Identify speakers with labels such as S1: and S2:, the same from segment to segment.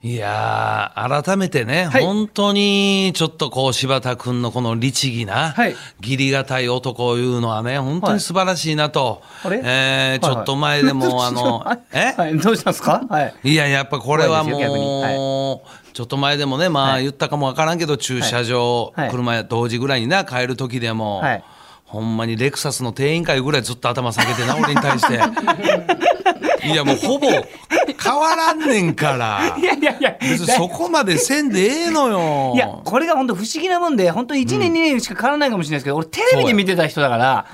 S1: いやー、改めてね、
S2: はい
S1: 本当にちょっとこう柴田君のこの律儀な、
S2: はい
S1: 義理がたい男をいうのはね、本当に素晴らしいなと、
S2: あれ
S1: えーちょっと前で も、あの
S2: はい、
S1: え、
S2: はい、どうしたんですか はい。
S1: いや、やっぱこれはも
S2: 怖いですよ逆
S1: う、
S2: に
S1: ちょっと前でもね、まあ
S2: はい
S1: 言ったかもわからんけど、駐車場、
S2: はいはい
S1: 車や同時ぐらいにな、帰る時でも、
S2: はい
S1: ほんまにレクサスの定員会ぐらいずっと頭下げてな、俺に対 して。いや、もうほぼ変わらんねんから
S2: い。やいやいや、
S1: 別にそこまでせんでええのよ。
S2: いや、これが本当不思議なもんで、本当1年、2年しか変わらないかもしれないですけど、俺テレビで見てた人だから、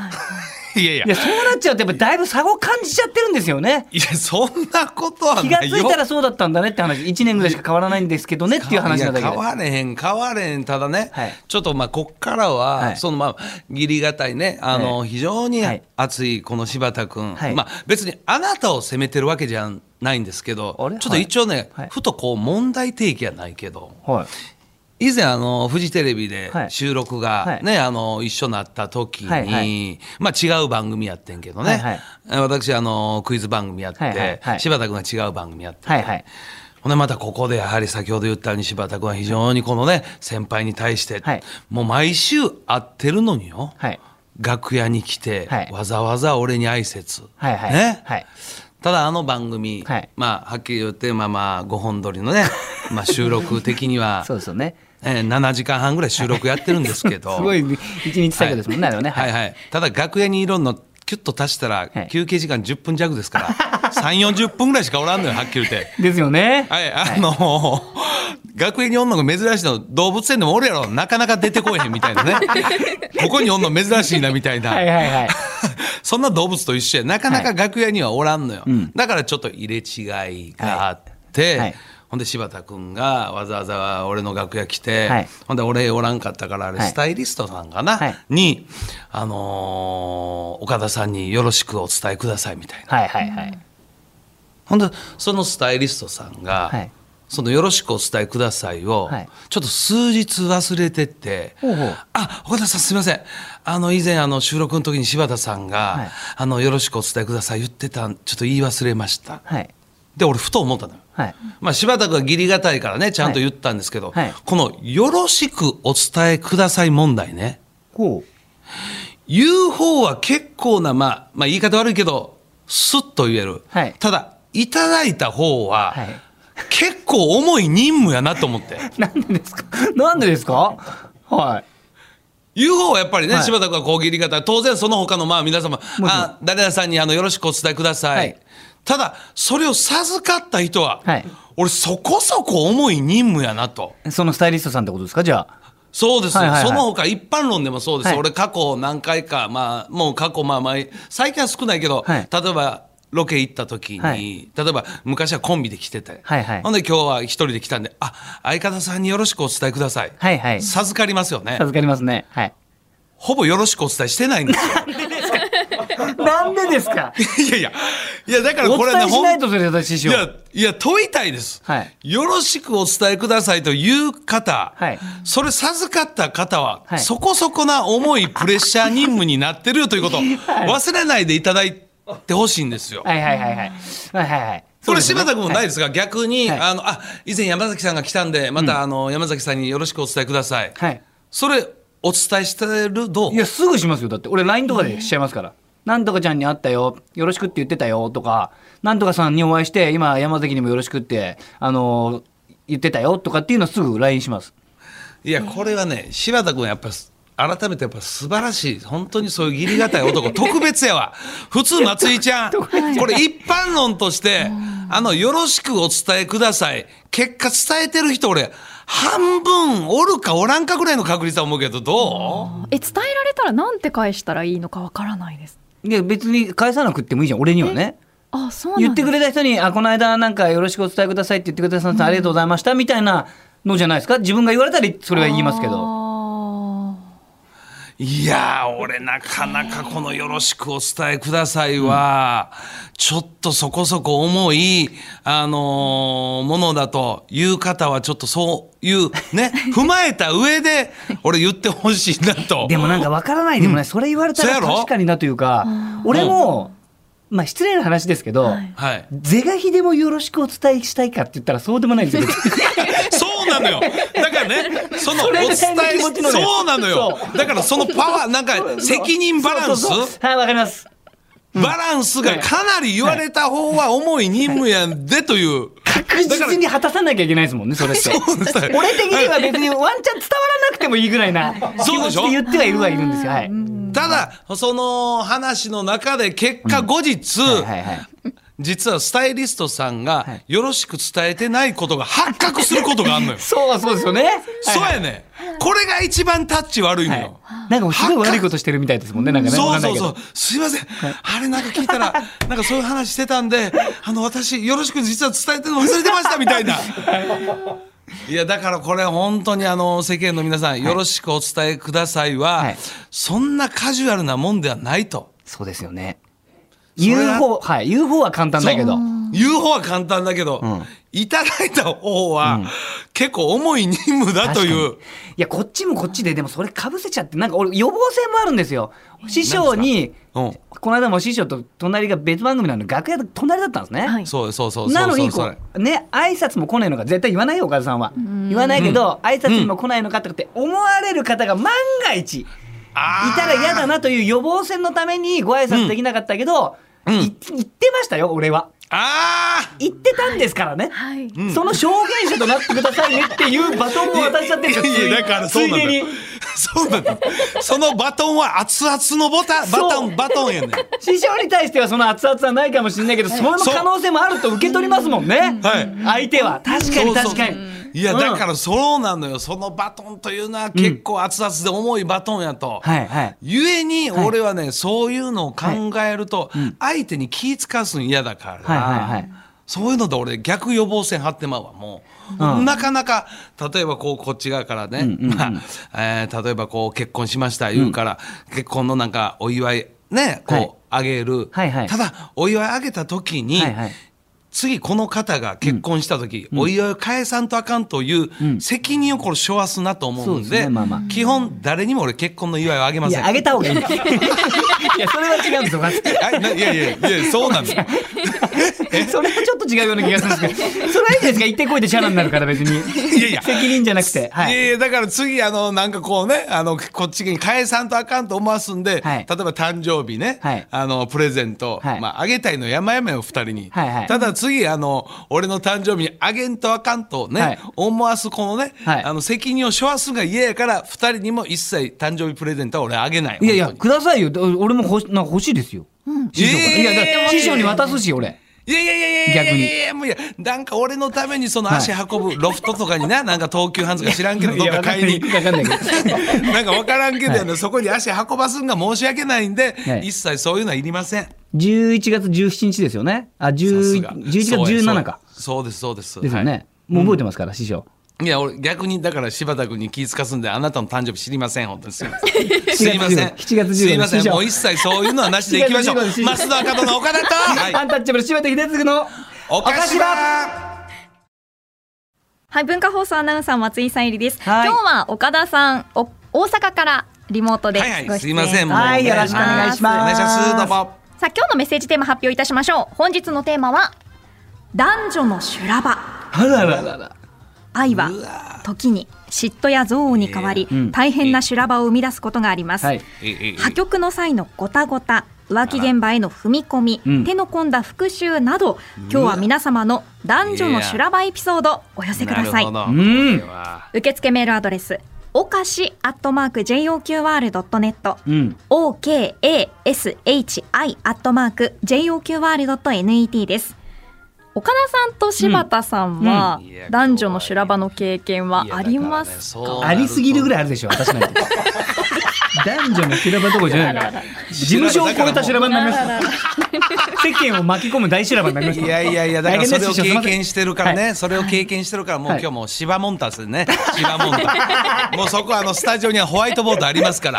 S1: いやいや
S2: いや、そうなっちゃうとやっぱだいぶ差を感じちゃってるんですよね。
S1: いや、そんなことは
S2: 気が
S1: な
S2: つ
S1: いよ。
S2: いたらそうだったんだねって話、1年ぐらいしか変わらないんですけどねっていう話なだけ
S1: いや変。
S2: で
S1: われへん変われへんただね、
S2: はい
S1: ちょっとまあこっからは、
S2: はい
S1: そのまあ義理がたいねあの、
S2: は
S1: 非常に
S2: はい
S1: 熱いこの柴田君、
S2: はい
S1: まあ別にあなたを責めてるわけじゃないんですけどちょ
S2: あれ
S1: っと一応ね、
S2: はい
S1: ふとこう問題提起はないけど。
S2: はい。
S1: 以前あのフジテレビで
S2: はい
S1: 収録が、ねあの一緒になった時に、
S2: はいは
S1: まあ、違う番組やってんけどね、
S2: はいはい
S1: え私あのクイズ番組やって、
S2: はいはいはい
S1: 柴田君が違う番組やって
S2: はいはい。
S1: ほんでまたここでやはり先ほど言ったように柴田君は非常にこのね先輩に対して、
S2: はい
S1: もう毎週会ってるのによ、
S2: はい。
S1: 楽屋に来て、
S2: はい
S1: わざわざ俺に挨拶、
S2: はいはい。
S1: ね
S2: はい。
S1: ただあの番組、
S2: はい
S1: まあはっきり言ってまあまあ5本撮り のね、まあ、収録的には
S2: そうですよね。
S1: えー7時間半ぐらい収録やってるんですけど
S2: すごい、1日作業ですもんね、あれはね。
S1: はい
S2: い。
S1: はい、ただ楽屋にいるのキュッと足したら
S2: はい
S1: 休憩時間10分弱ですから、3 4 0分ぐらいしかおらん のよはっきり言って。
S2: ですよね。
S1: はい、あの学園におんのが珍しいの動物園でもおるやろなかなか出てこえへんみたい なねここにおんの珍しいなみたいな、
S2: はいはいはい。
S1: そんな動物と一緒やなかなか楽屋にはおらんのよ、だからちょっと入れ違いがあって、
S2: はいはい
S1: ほんで柴田君がわざわざ俺の楽屋来て、
S2: はい
S1: ほんで俺おらんかったからあれ
S2: はい
S1: スタイリストさんかな、
S2: はい
S1: に、あのー岡田さんによろしくお伝えくださいみたいな。
S2: はいはいはい。
S1: ほんでそのスタイリストさんが、
S2: はい
S1: その「よろしくお伝えくださいを」
S2: はい
S1: ちょっと数日忘れてって
S2: ほうほう
S1: あ岡田さんすみませんあの以前あの収録の時に柴田さんが、
S2: はい
S1: あの「よろしくお伝えください」言ってたんちょっと言い忘れました
S2: はい。
S1: で俺ふと思ったのよ、
S2: はい。
S1: まあ、柴田君は義理がたいからねちゃんと言ったんですけど、
S2: はいはい
S1: この「よろしくお伝えください」問題ね
S2: こう。
S1: 言う方は結構な、まあ、まあ言い方悪いけどスッと言える、
S2: はい
S1: ただいただいた方は、
S2: はい
S1: 結構重い任務やなと思って
S2: なんでですかなんでですかはい。
S1: 言う方はやっぱりね、
S2: はい
S1: 柴田君はこう切り方当然その他のまあ皆様
S2: ろん
S1: あ誰々さんにあのよろしくお伝えください、
S2: はい
S1: ただそれを授かった人は、
S2: はい
S1: 俺そこそこ重い任務やなと。
S2: そのスタイリストさんってことですかじゃあ。
S1: そうです、
S2: はいはいはい
S1: その他一般論でもそうです、
S2: はい
S1: 俺過去何回かまあもう過去まあまあ最近は少ないけど、
S2: はい
S1: 例えばロケ行った時に、
S2: はい
S1: 例えば昔はコンビで来てて、
S2: はいはい
S1: ほんで今日は一人で来たんであ相方さんによろしくお伝えください、
S2: はいはい。
S1: 授かりますよね
S2: 授かりますね。はい。
S1: ほぼよろしくお伝えしてないん ですよ
S2: なんでですか
S1: いやいやいやだから
S2: お
S1: これね
S2: 伝えしない
S1: ほん
S2: とそれ私師
S1: い
S2: 匠。
S1: やいや問いたいです、
S2: はい
S1: よろしくお伝えくださいという方、
S2: はい
S1: それ授かった方は、
S2: はい
S1: そこそこな重いプレッシャー任務になってるよという ことを忘れないでいただいてほしいんですよ。
S2: はいはいはいはい。はいはいはい。
S1: これ柴田君もない
S2: い。
S1: ですが、逆に、
S2: はい
S1: あのあ以前山崎さんが来たんでまた、あの山崎さんによろしくお伝えください、
S2: はい。
S1: それお伝えしてるどう
S2: いや、すぐしますよ。だって、俺 LINE とかでしちゃいますから。なんとかちゃんに会ったよ。よろしくって言ってたよ。とか、なんとかさんにお会いして、今山崎にもよろしくって、あのー言ってたよ。とかっていうのはすぐ LINE します。
S1: いやこれはね柴田君やっぱす改めてやっぱ素晴らしい本当にそういう義理がたい男特別やわ 普通松井ちゃんこれ一般論として「あのよろしくお伝えください」結果伝えてる人俺半分おるかおらんかぐらいの確率は思うけどどう
S3: え伝えられたらなんて返したらいいのかわからないです
S2: いや、別に返さなくってもいいじゃん。俺にはね。
S3: あそうなん
S2: 言ってく
S3: れ
S2: れた人に、あ、この間なんかよろしくお伝えくださいって言ってくださってありがとうございましたみたいなのじゃないですか。自分が言われたらそれは言いますけど。
S1: いやー俺なかなかこの「よろしくお伝えくださいは」ちょっとそこそこ重い、あのーものだという方はちょっとそういう ね踏まえた上で俺言ってほしいなと。
S2: でもなんかわからないでもない、それ言われた
S1: そ
S2: ら
S1: うやろ
S2: 確かになというか、俺も、まあ失礼な話ですけど、
S3: はい
S1: はい。
S2: 是が非でもよろしくお伝えしたいかって言ったらそうでもないんで すよ。
S1: そうなのよ。だからね、そのお
S2: それ
S1: 伝
S2: ぐ
S1: え
S2: らいの気持ちのね
S1: そうなのよ
S2: そ。
S1: だからそのパワー、なんか責任バランス
S2: そうそうそうはい、わかります。
S1: バランスがかなり言われた方は重い任務やんでという。
S2: 確実に果たさなきゃいけないですもんね、それって。
S1: そうですね
S2: 俺的には別にワンチャン伝わらなくてもいいぐらいな気
S1: そう
S2: 持
S1: でし
S2: ち
S1: ょ
S2: で言ってはいるはいるんですよ。はい。
S1: ただ、その話の中で結果後日、
S2: はいはいはい。
S1: 実はスタイリストさん
S2: は
S1: が
S2: い
S1: よろしく伝えてないことが発覚することがあんのよ。
S2: そうはそうですよね。
S1: そうやねん。これが一番タッチ悪いの
S2: は
S1: よ。
S2: い。なんかもうすごい悪いことしてるみたいですもんね、なんかね。
S1: そ
S2: わか
S1: うんそ
S2: ないうけ
S1: そ
S2: ど
S1: う。すいません。あれなんか聞いた ら、なんかそういう話してたんで、あの、私、よろしく実は伝えてるの忘れてましたみたいな。いや、だからこれ本当にあの、世間の皆さん、よろしくお伝えくださいは、
S2: はい
S1: そんなカジュアルなもんではないと。
S2: そうですよね。
S1: それは
S2: UFO、はい。UFO は簡単だけど。
S1: 言う方は簡単だけど、いただいた方は、結構重い任務だという
S2: 確かに。いやこっちもこっちででもそれかぶせちゃってなんか俺予防性もあるんですよ師匠に
S1: うん
S2: この間も師匠と隣が別番組なので楽屋で隣だったんですね、
S3: はい
S1: そうそうそうそうそう。
S2: なのに
S1: そ
S2: こ
S1: れ
S2: うね挨拶も来ないのか絶対言わないよ岡田さんは言わないけど挨拶にも来ないのかとかって思われる方が万が一い
S1: あー
S2: たら嫌だなという予防線のためにご挨拶できなかったけど
S1: うんうん
S2: い言ってましたよ俺は
S1: ああ
S2: 言ってたんですからね
S3: はい。
S2: その証言者となってくださいねっていうバトンを渡しちゃってるんですよつい
S1: いやだからそうなん
S2: つい
S1: だ
S2: で
S1: よ
S2: に。
S1: そうなんだよ。そのバトンは熱々のボタン、バト
S2: そう
S1: ン、バトンやねん。
S2: 師匠に対してはその熱々はないかもしれないけど、その可能性もあると受け取りますもんね。
S1: はい
S2: 相手は。確かに確かに。
S1: そうそういや、だからそうなのよ。そのバトンというのは結構熱々で重いバトンやと。
S2: はいはい。
S1: ゆえに、俺はね、そういうのを考えると、相手に気使わすん嫌だから、
S2: はいはいはい
S1: そういうので俺逆予防線張ってまうわ、もう。
S2: うん
S1: なかなか、例えばこう、こっち側からね、まあえー例えばこう、結婚しました言うから、結婚のなんかお祝い、ね、こう、
S2: はい
S1: あげる。
S2: はいはい
S1: ただ、お祝いあげた時に、
S2: はいはい
S1: 次この方が結婚した時、お祝いを返さんとあかんという責任をこれ背負わすなと思うん
S2: そう
S1: で,、
S2: ですねまあまあ
S1: 基本誰にも俺結婚の祝いはあげま
S2: い
S1: せん
S2: や、あげた方がいい。い や、それは違うんですよ。
S1: あないやいやいやいやそうなん だよ
S2: それはちょっと違うような気がするんですけど、それはいいじゃないですか。行ってこいでチャラになるから別に。
S1: いやいや
S2: 責任じゃなくて。はいい。
S1: やいやだから次あのなんかこうねあのこっちに返さんとあかんと思わすんで、
S2: はい
S1: 例えば誕生日ね、
S2: はい
S1: あのプレゼント、
S2: はい
S1: まあ、あげたいの山々よ二人に、
S2: はいはい
S1: ただ次あの俺の誕生日にあげんとあかんとね、
S2: はい
S1: 思わすこのね、
S2: はい
S1: あの責任を背負わすが嫌やから二人にも一切誕生日プレゼントは俺あげない
S2: いやいや、
S1: 本当
S2: くださいよ。だ俺も欲しなんか欲しいですよ。師匠から。
S1: えー
S2: いや、だから師匠に渡すし、俺。
S1: にいやいやいやいやいや
S2: 逆に
S1: いやいやもういやなんか俺のためにその足運ぶロフトとかにな、なんか東急ハンズか知らんけどどっ
S2: いや
S1: か
S2: わか
S1: 買
S2: ん
S1: い
S2: ない
S1: に
S2: 行くかわかんないけ ど。
S1: なんか分からんけどやな、そこに足運ばすんが申し訳ないんで、
S2: はい
S1: 一切そういうのはいりません。さ
S2: 11月17日ですよね。あ、
S1: す
S2: 10
S1: が
S2: 11月17か。
S1: そうやそうやそうです、そうで
S2: で
S1: す。
S2: すよね。もう覚えてますから、師匠。
S1: いや、俺、逆に、だから、柴田君に気ぃつかすんで、あなたの誕生日知りません、本当に。すいません。すいま せん。
S2: 7月15
S1: すいませ
S2: 師
S1: ん。
S2: 匠
S1: もう一切そういうのはなしでいきましょう。
S2: 7月15
S1: 増田赤の岡田と、
S2: アンタッチャブル柴田秀嗣の
S1: おかしば
S3: はい、文化放送アナウンサー松井さん入りです。
S2: はい
S3: 今日は岡田さん、お大阪からリモートで
S1: はいはい
S3: ご出
S1: す
S3: 演
S1: いませんもう
S2: はい、よろしくお願いし
S1: お願いします。ど
S2: ま
S1: うも。
S2: す。
S3: さあ、今日のメッセージテーマ発表いたしましょう。本日のテーマは男女の修羅場。
S2: あらららら。
S3: 愛は
S1: うわ
S3: 時に嫉妬や憎悪に変わり、
S2: えーうん
S3: 大変な修羅場を生み出すことがあります、
S2: はい。
S1: えええ
S3: 破局の際のごたごた浮気現場への踏み込み、
S2: うん
S3: 手の込んだ復讐など今日は皆様の男女の修羅場エピソードお寄せくださ
S1: なる
S3: い
S1: ほど。
S2: うん
S1: これは
S3: 受付メールアドレスおかしアットマーク JOQR.net
S2: うん。
S3: OKASHI アットマーク JOQR.net です岡田さんと柴田さんは
S1: うんうんいや
S3: 男女の修羅場の経験はい
S1: や
S3: あります
S1: だからねそう
S3: か
S2: ありすぎるぐらいあるでしょ、私なんて。男女の修羅場どころじゃないから。事務所を超えた修羅場になります。世間を巻き込む大修羅場になりま
S1: い
S2: す。
S1: やいやいや、だからそれを経験してるから
S2: は
S1: ね、それを経験してるから、もう
S2: は
S1: 今
S2: い
S1: 日もう芝モンタですね。芝モンタ。 もうそこあのスタジオにはホワイトボードありますから。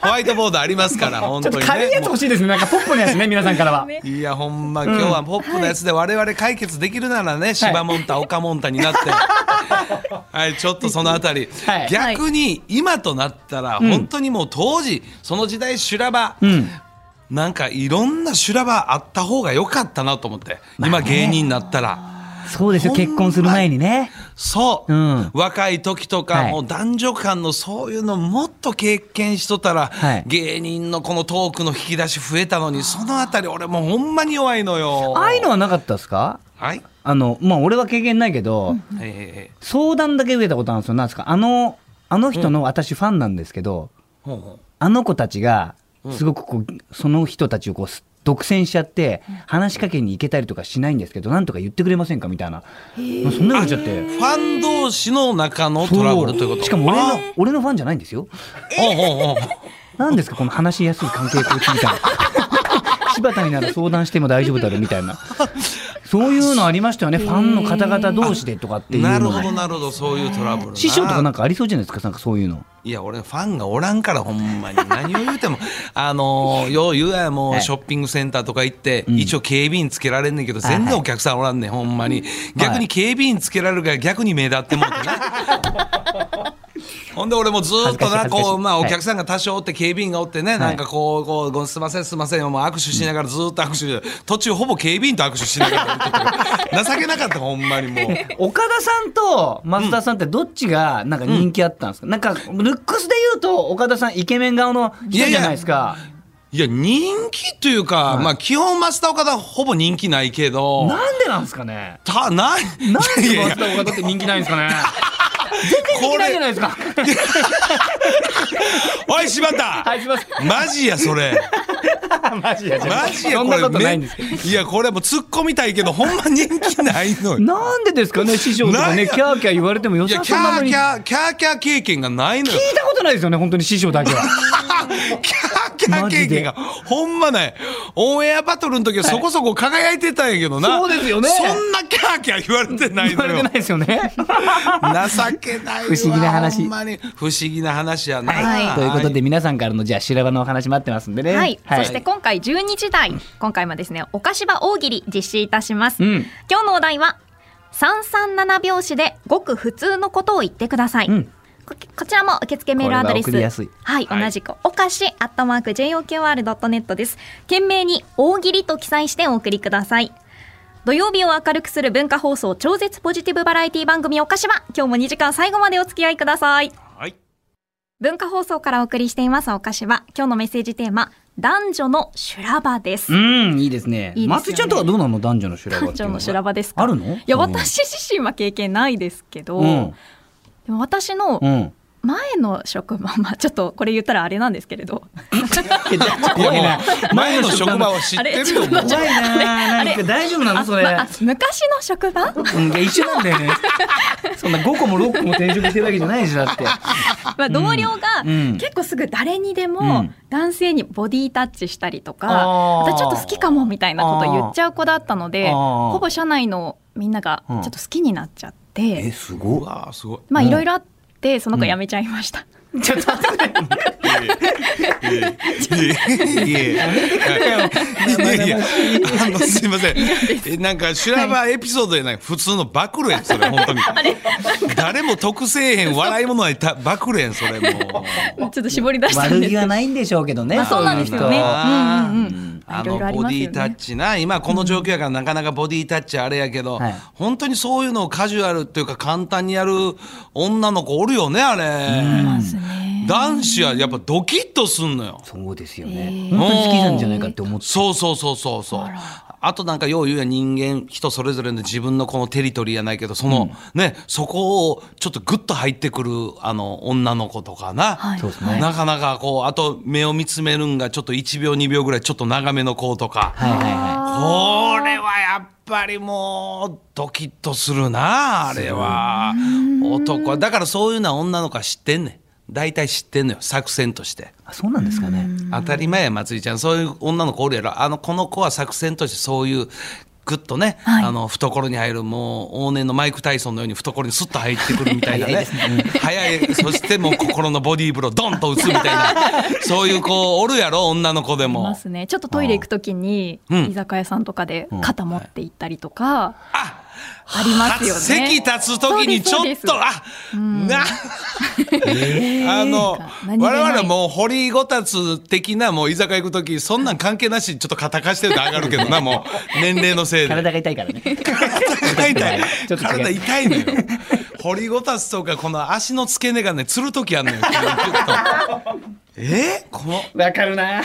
S1: ホワイトボードありますから、本
S2: ちょ
S1: 当
S2: っと
S1: に
S2: 軽い
S1: ね。
S2: やつ
S1: も
S2: 欲しいですね。なんかポップなやつね、皆さんからは。
S1: ういや、ほんま、今日はポップのやつで我々解決できるならね、芝モンタ、岡モンタにな って。はい、ちょっとそのあたり
S2: はい。
S1: 逆に今となったら、本当にもう当時、その時代修羅場。
S2: うん。
S1: なんかいろんな修羅場あった方が良かったなと思って今芸人になったら。
S2: そうですよ
S1: ほんま
S2: 結婚する前にね
S1: そう、
S2: うん
S1: 若い時とか、
S2: はい
S1: もう男女間のそういうのもっと経験しとったら、
S2: はい
S1: 芸人のこのトークの引き出し増えたのにそのあたり俺もうほんまに弱いのよ。
S2: ああいうのはなかったですか
S1: はい、
S2: あのまあ俺は経験ないけど、
S1: ええ
S2: 相談だけ受けたことあるんですよなんですかあのあの人の私ファンなんですけど、
S1: ほうほ
S2: あの子たちがすごくこう、その人たちをこうす独占しちゃって話しかけに行けたりとかしないんですけどなんとか言ってくれませんかみたいなそんなの言っちゃって
S1: うファン同士の中のトラブルということ
S2: しかも俺
S1: あ
S2: の俺のファンじゃないんですよ
S1: ーほうほうほう
S2: なんですかこの話しやすい関係こいつ みたいな柴田になら相談しても大丈夫だろうみたいなそういうのありましたよねファンの方々同士でとかっていう
S1: なる
S2: の
S1: ほど
S2: が
S1: なるほどそういうトラブルな
S2: 師匠とかなんかありそうじゃないですかなんかそういうの
S1: いや俺ファンがおらんからほんまに何を言う てもあのーよう言うやんも
S2: は
S1: う
S2: い
S1: ショッピングセンターとか行って、一応警備員つけられんねんけど全然お客さんおらんねんほんまに逆に警備員つけられるから逆に目立ってもうてな ほんで俺もずーっとな
S2: 恥ずかしい恥ずかしい
S1: こう、まあ、
S2: は
S1: お
S2: い
S1: 客さんが多少おって警備員がおってね、なんかこうこうご「すいませんすいません」もう握手しながらずーっと握手して途中ほぼ警備員と握手しながら見てて情けなかったほんまにもう。
S2: 岡田さんと増田さんってどっちがなんか人気あったんですか、なんかルックスで言うと岡田さんイケメン顔の人じゃないですか
S1: いや人気というか、まあ基本マスター岡田ほぼ人気ないけど
S2: なんでなんですかね
S1: たない
S2: なんで
S1: いやい
S2: 増
S1: や
S2: 田岡田って人気ないんですかね全然人気ないじゃないですか
S1: おい柴田、
S2: はいすいま せん
S1: マジやそれ
S2: マジや
S1: マジや
S2: そん
S1: こ
S2: な
S1: れ
S2: ことないんですけど
S1: めいやこれもう突っ込みたいけどほんま人気ないのよ
S2: なんでですかね師匠とか
S1: なん
S2: ね
S1: や
S2: キャーキャー言われてもよ
S1: いや
S2: さ
S1: キ
S2: そう
S1: ャ
S2: なの
S1: ー
S2: に
S1: キ
S2: 聞い
S1: ャーキャーキャー経験がないのよ
S2: たことないですよね本当に師匠だけは
S1: キャーキャー経験がほんまないオンエアバトルの時はそこそこ輝いてたんやけどな、
S2: そうですよね
S1: そんなキャーキャー言われてない
S2: 言わ
S1: の
S2: れて
S1: よ
S2: ないですよね
S1: 情けないわ
S2: 不思議な話
S1: ほんまに不思議な話やな、
S3: はい
S2: ということで皆さんからのじゃあ修羅場のお話待ってますんでね
S3: はい、そして今回12時台今回もですねお菓子場大喜利実施いたします、
S2: うん
S3: 今日のお題は三三七拍子でごく普通のことを言ってください、
S2: うん
S3: ここちらも受付メールアドレ
S2: これは
S3: ス
S2: 送りやすい
S3: はい、
S1: はい
S3: 同じくお菓子アットマーク JOQR.net です件名に大喜利と記載してお送りください土曜日を明るくする文化放送超絶ポジティブバラエティ番組お菓子場今日も2時間最後までお付き合いください
S1: はい
S3: 文化放送からお送りしていますお菓子は今日のメッセージテーマ男女の修羅場です、
S2: うんいいですね
S3: いいですよね
S2: 松井ちゃんとかどうなの男女の修羅場
S3: 男
S2: っていう
S3: 女
S2: は
S3: の修羅場ですか
S2: あるの
S3: いや
S2: うん
S3: 私自身は経験ないですけど、
S2: うん
S3: でも私の
S2: うん
S3: 前の職場、 まあちょっとこれ言ったらあれなんですけれ ど
S2: 怖いな
S1: 前の職場を知ってるよ
S3: あれちょっと待っ
S1: も
S3: て
S2: 怖いな
S3: あ
S2: な
S3: れ
S2: んか大丈夫なのそれ
S3: まああ昔の職場
S2: うんいや一緒なんだよね そんな5個も6個も転職してるわけじゃないしだって
S3: まあ同僚が
S2: うん
S3: 結構すぐ誰にで
S2: う
S3: も
S2: ん
S3: 男性にボディタッチしたりとか、
S2: あー
S3: 私ちょっと好きかもみたいなこと言っちゃう子だったので
S2: あー
S3: ほぼ社内のみんながちょっと好きになっちゃって、
S2: す
S1: う
S2: ご
S1: わーすごい
S3: まあ
S2: うん
S3: いろいろあってその子辞めちゃいました。
S2: ちょっと待って
S1: いえいえはいいやいやあのすいませんえなんか修羅場エピソードじゃない普通の暴露やんそれ本当に誰も得せえへん笑いものないた暴露やんそれもう
S3: ちょっと絞り出したん
S2: 悪
S3: です
S2: 気はないんでしょうけどね、
S3: まあそうなんですよ
S2: そう
S3: ね。
S2: いう人
S1: あー
S3: うんうんうん。
S1: あ
S3: いろ
S1: の
S3: いろあり
S1: ボ
S3: ま
S1: デ
S3: す
S1: ィ
S3: よ
S1: タッ
S3: ね。
S1: チな今この状況やからなかなかボディタッチあれやけど、
S2: はい
S1: 本当にそういうのをカジュアルっていうか簡単にやる女の子おるよねあれ
S3: そうですね
S1: 男子はやっぱドキッとすんのよ
S2: そうですよね、
S1: ー
S2: 本当に好きなんじゃないかって思って
S1: そうそうそうそうそうあとなんかよう言うやん人間人それぞれの自分のこのテリトリーやないけどその、ねそこをちょっとグッと入ってくるあの女の子とかな、
S3: はい
S2: そうですね
S1: なかなかこうあと目を見つめるんがちょっと1秒2秒ぐらいちょっと長めの子とか、
S2: はいはいは
S1: これはやっぱりもうドキッとするなあれは男はだからそういうのは女の子は知ってんねん大体知ってんのよ作戦として。
S2: いあそうなんですかね
S1: 当たり前や松井ちゃんそういう女の子おるやろあのこの子は作戦としてそういうグッとね、
S3: はい
S1: あの懐に入るもう往年のマイク・タイソンのように懐にスッと入ってくるみたいなね早いそしてもう心のボディーブロードンと打つみたいなそういう子おるやろ女の子で
S3: いま
S1: も。
S3: すね。ちょっとトイレ行くときに
S1: うん
S3: 居酒屋さんとかで肩持って行ったりとか、
S1: あ
S3: ありますよね。
S1: 席立つ時にちょっと
S3: あ
S1: あな あの
S4: 何気ない
S1: 我々もう堀ごたつ的なもう居酒屋行く時そんなん関係なしにちょっと肩貸してると上がるけどなもう年齢のせいで
S2: 体が痛いからね。
S1: 体が痛い
S2: ちょっと違う
S1: 体痛いのよ堀ごたつとかこの足の付け根がねつる時あんのよちょっとえこの
S2: わかるな。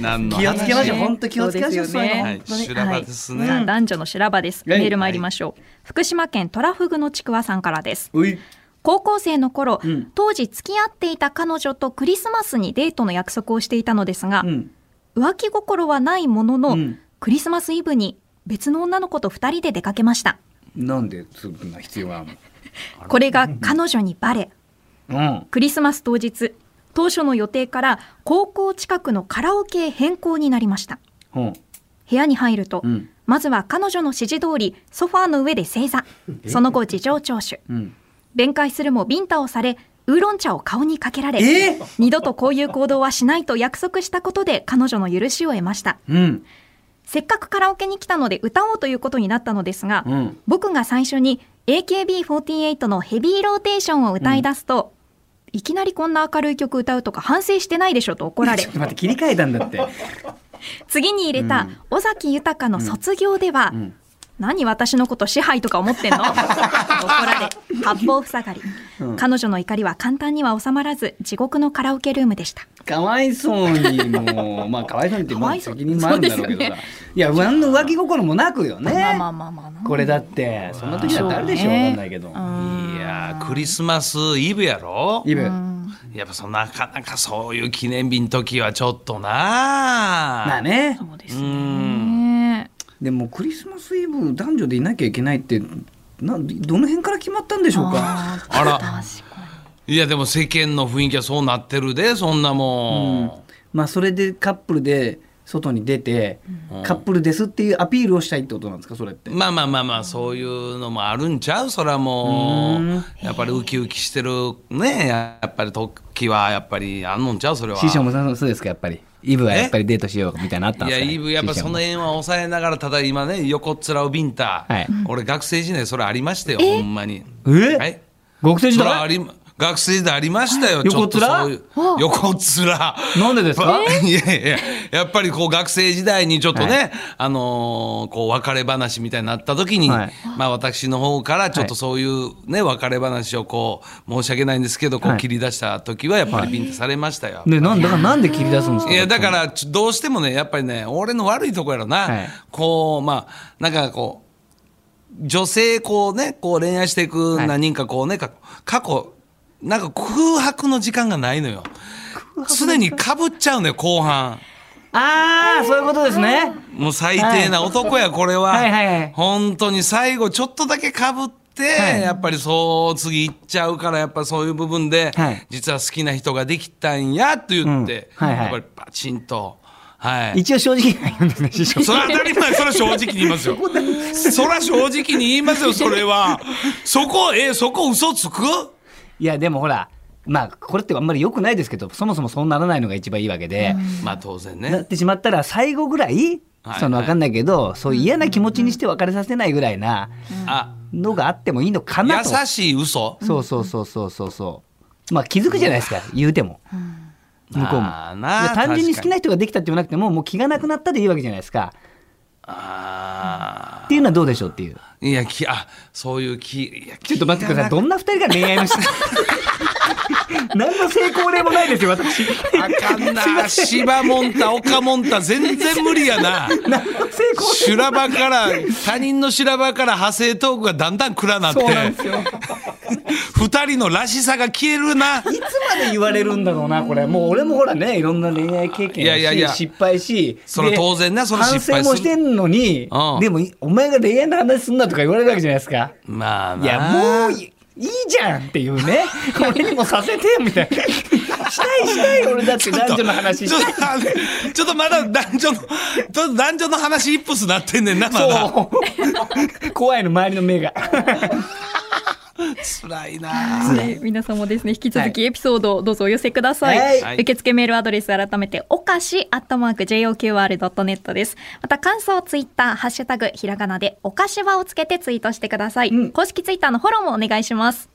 S1: 何の
S2: 気をつけましょう。
S1: 話
S2: 本当気をつけましょう。
S4: そうですよね
S2: そういうの
S1: はい修羅場ですね
S3: さあ男女の修羅場です。メール参りましょう。福島県トラフグのちくわさんからです。
S2: うい
S3: 高校生の頃、当時付き合っていた彼女とクリスマスにデートの約束をしていたのですが、
S2: うん。
S3: 浮気心はないものの、
S2: うん
S3: クリスマスイブに別の女の子と2人で出かけました
S2: なんでそんな必要なの。
S3: これが彼女にバレ
S2: うん。
S3: クリスマス当日当初の予定から高校近くのカラオケへ変更になりました
S2: うん。
S3: 部屋に入ると、
S2: うん
S3: まずは彼女の指示通りソファーの上で正座その後事情聴取
S2: うん。
S3: 弁解するもビンタをされウーロン茶を顔にかけられ、
S2: えー
S3: 二度とこういう行動はしないと約束したことで彼女の許しを得ました
S2: うん。
S3: せっかくカラオケに来たので歌おうということになったのですが、
S2: うん
S3: 僕が最初に AKB48 のヘビーローテーションを歌い出すと、いきなりこんな明るい曲歌うとか反省してないでしょと怒ら れ
S2: ちょっと待って切り替えたんだって。
S3: 次に入れた尾崎豊の卒業では、
S2: ん
S3: 何私のこと支配とか思ってんの怒られ八方塞がり、彼女の怒りは簡単には収まらず地獄のカラオケルームでした
S2: かわいそうにもうまあかわいそうにってま
S3: かわ
S2: あ
S3: いそう
S2: 責任もあるんだろうけどさ。
S3: そうですよね
S2: いや何の浮気心もなくよね。
S4: まあまあまあまあな。
S2: これだってそんな時だってあるでしょ
S4: そう
S2: わ
S4: ね
S2: かんないけど。
S1: いやークリスマスイブやろ
S2: イブ。
S1: やっぱそのなかなかそういう記念日の時はちょっとな
S2: まあね。
S4: そうです
S1: う
S4: ね。
S1: ん
S2: でもクリスマスイブ男女でいなきゃいけないってなんどの辺から決まったんでしょうか。
S4: あ
S1: あ
S4: ー
S1: ら
S4: 確か
S1: いやでも世間の雰囲気はそうなってるでそんなも
S2: まあそれでカップルで外に出て、
S1: うん
S2: カップルですっていうアピールをしたいってことなんですかそれって。
S1: ん、まあまあまあまあそういうのもあるんちゃうそらもう
S2: うん
S1: やっぱりウキウキしてるねやっぱり時はやっぱりあんのんちゃうそれは
S2: 師匠もそうそうですかやっぱり。イブはやっぱりデートしようみたいなのあったん
S1: いや
S2: ですか、ね。
S1: イブやっぱ
S2: 師
S1: そ
S2: 匠も
S1: の辺は抑えながらただ今ね横っ面をビンタ、
S2: はい
S1: 俺学生時代それありましたよほんまに
S2: え
S1: はい
S2: 学生時
S1: それはあ
S2: 代
S1: りま学生時代ありましたよ、
S2: い
S1: ちょっとそういう横っ面
S2: なんでですか、
S1: いやいややっぱりこう学生時代にちょっとね、あのーこう別れ話みたいになった時に、
S2: はい
S1: まあ私の方からちょっとそういうね、別れ話をこう申し訳ないんですけどこ
S2: は
S1: う
S2: い
S1: 切り出した時はやっぱりビンタされましたよ。
S2: ねなんだからなんで切り出すんですか。
S1: いやだからちょどうしてもねやっぱりね俺の悪いとこやろな、
S2: はい
S1: こうまあなんかこう女性こうねこう恋愛していく
S2: はい
S1: 何人かこうね、か過去なんか空白の時間がないのよ常にかぶっちゃうのよ後半
S2: ああそういうことですね。
S1: もう最低な男やこれは、
S2: はいはいはい
S1: 本当に最後ちょっとだけかぶって、
S2: はい
S1: やっぱりそう次行っちゃうからやっぱそういう部分で、
S2: はい
S1: 実は好きな人ができたんやと言って、
S2: うんはいはい
S1: やっぱりパチンと。はい、
S2: 一応正直に言うんですね師匠。
S1: それは当たり前、それは正直に言いますよ。それは正直に言いますよ、それは。そこ、え、そこ嘘つく
S2: いやでもほらまあこれってあんまり良くないですけどそもそもそうならないのが一番いいわけで、
S1: まあ当然
S2: なっ
S1: ね。
S2: てしまったら最後ぐらい、
S1: はい
S2: その分かんないけど、そういう嫌な気持ちにして別れさせないぐらいな
S1: あ、
S2: のがあってもいいのかなと、
S1: 優しい嘘
S2: そうそうそうそうそうそうまあ気づくじゃないですか、言うても、向こうも
S1: あーなあ
S2: いや単純に
S1: 確
S2: 好
S1: か
S2: きな人ができたって言わなくてももう気がなくなったでいいわけじゃないですか
S1: あ
S2: っていうのはどうでしょうっていう
S1: ーいや、き、あ、そういうき、いや、
S2: ちょっと待ってくださいどんな二人が恋愛 のし何の成功例もないですよ私
S1: あかんな。芝もんた、岡もんた、全然無理やな。
S2: 何の成功
S1: 修羅場から、他人の修羅場から派生トークがだんだん暗なって、
S2: そうなんですよ。いつ
S1: 二人のらしさが消えるな。
S2: まで言われるんだろうな、これ。もう俺もほらね、いろんな恋愛経験
S1: いやいやいや
S2: し、失敗し。
S1: それ
S2: で
S1: 当然なそれ失敗する
S2: 反省もしてんのに
S1: うん、
S2: でも、お前が恋愛の話すんなとか言われるわけじゃないですか。
S1: まあない
S2: や、もういいいじゃんっていうね。俺にもさせてよ、みたいな。したいしたい、俺だって男女の話
S1: ちょっ
S2: したい。
S1: とあのちょっとまだ男女の、ちょっと男女の話一歩すなってんねんな、まだ。
S2: そう怖いの、周りの目が。
S1: 辛いなあ。
S3: はい、皆様ですね引き続きエピソードをどうぞお寄せください、
S1: はい
S3: 受付メールアドレス改めておかしアットマーク JOQR.net ですまた感想ツイッターハッシュタグひらがなでおかしばをつけてツイートしてください、公式ツイッターのフォローもお願いします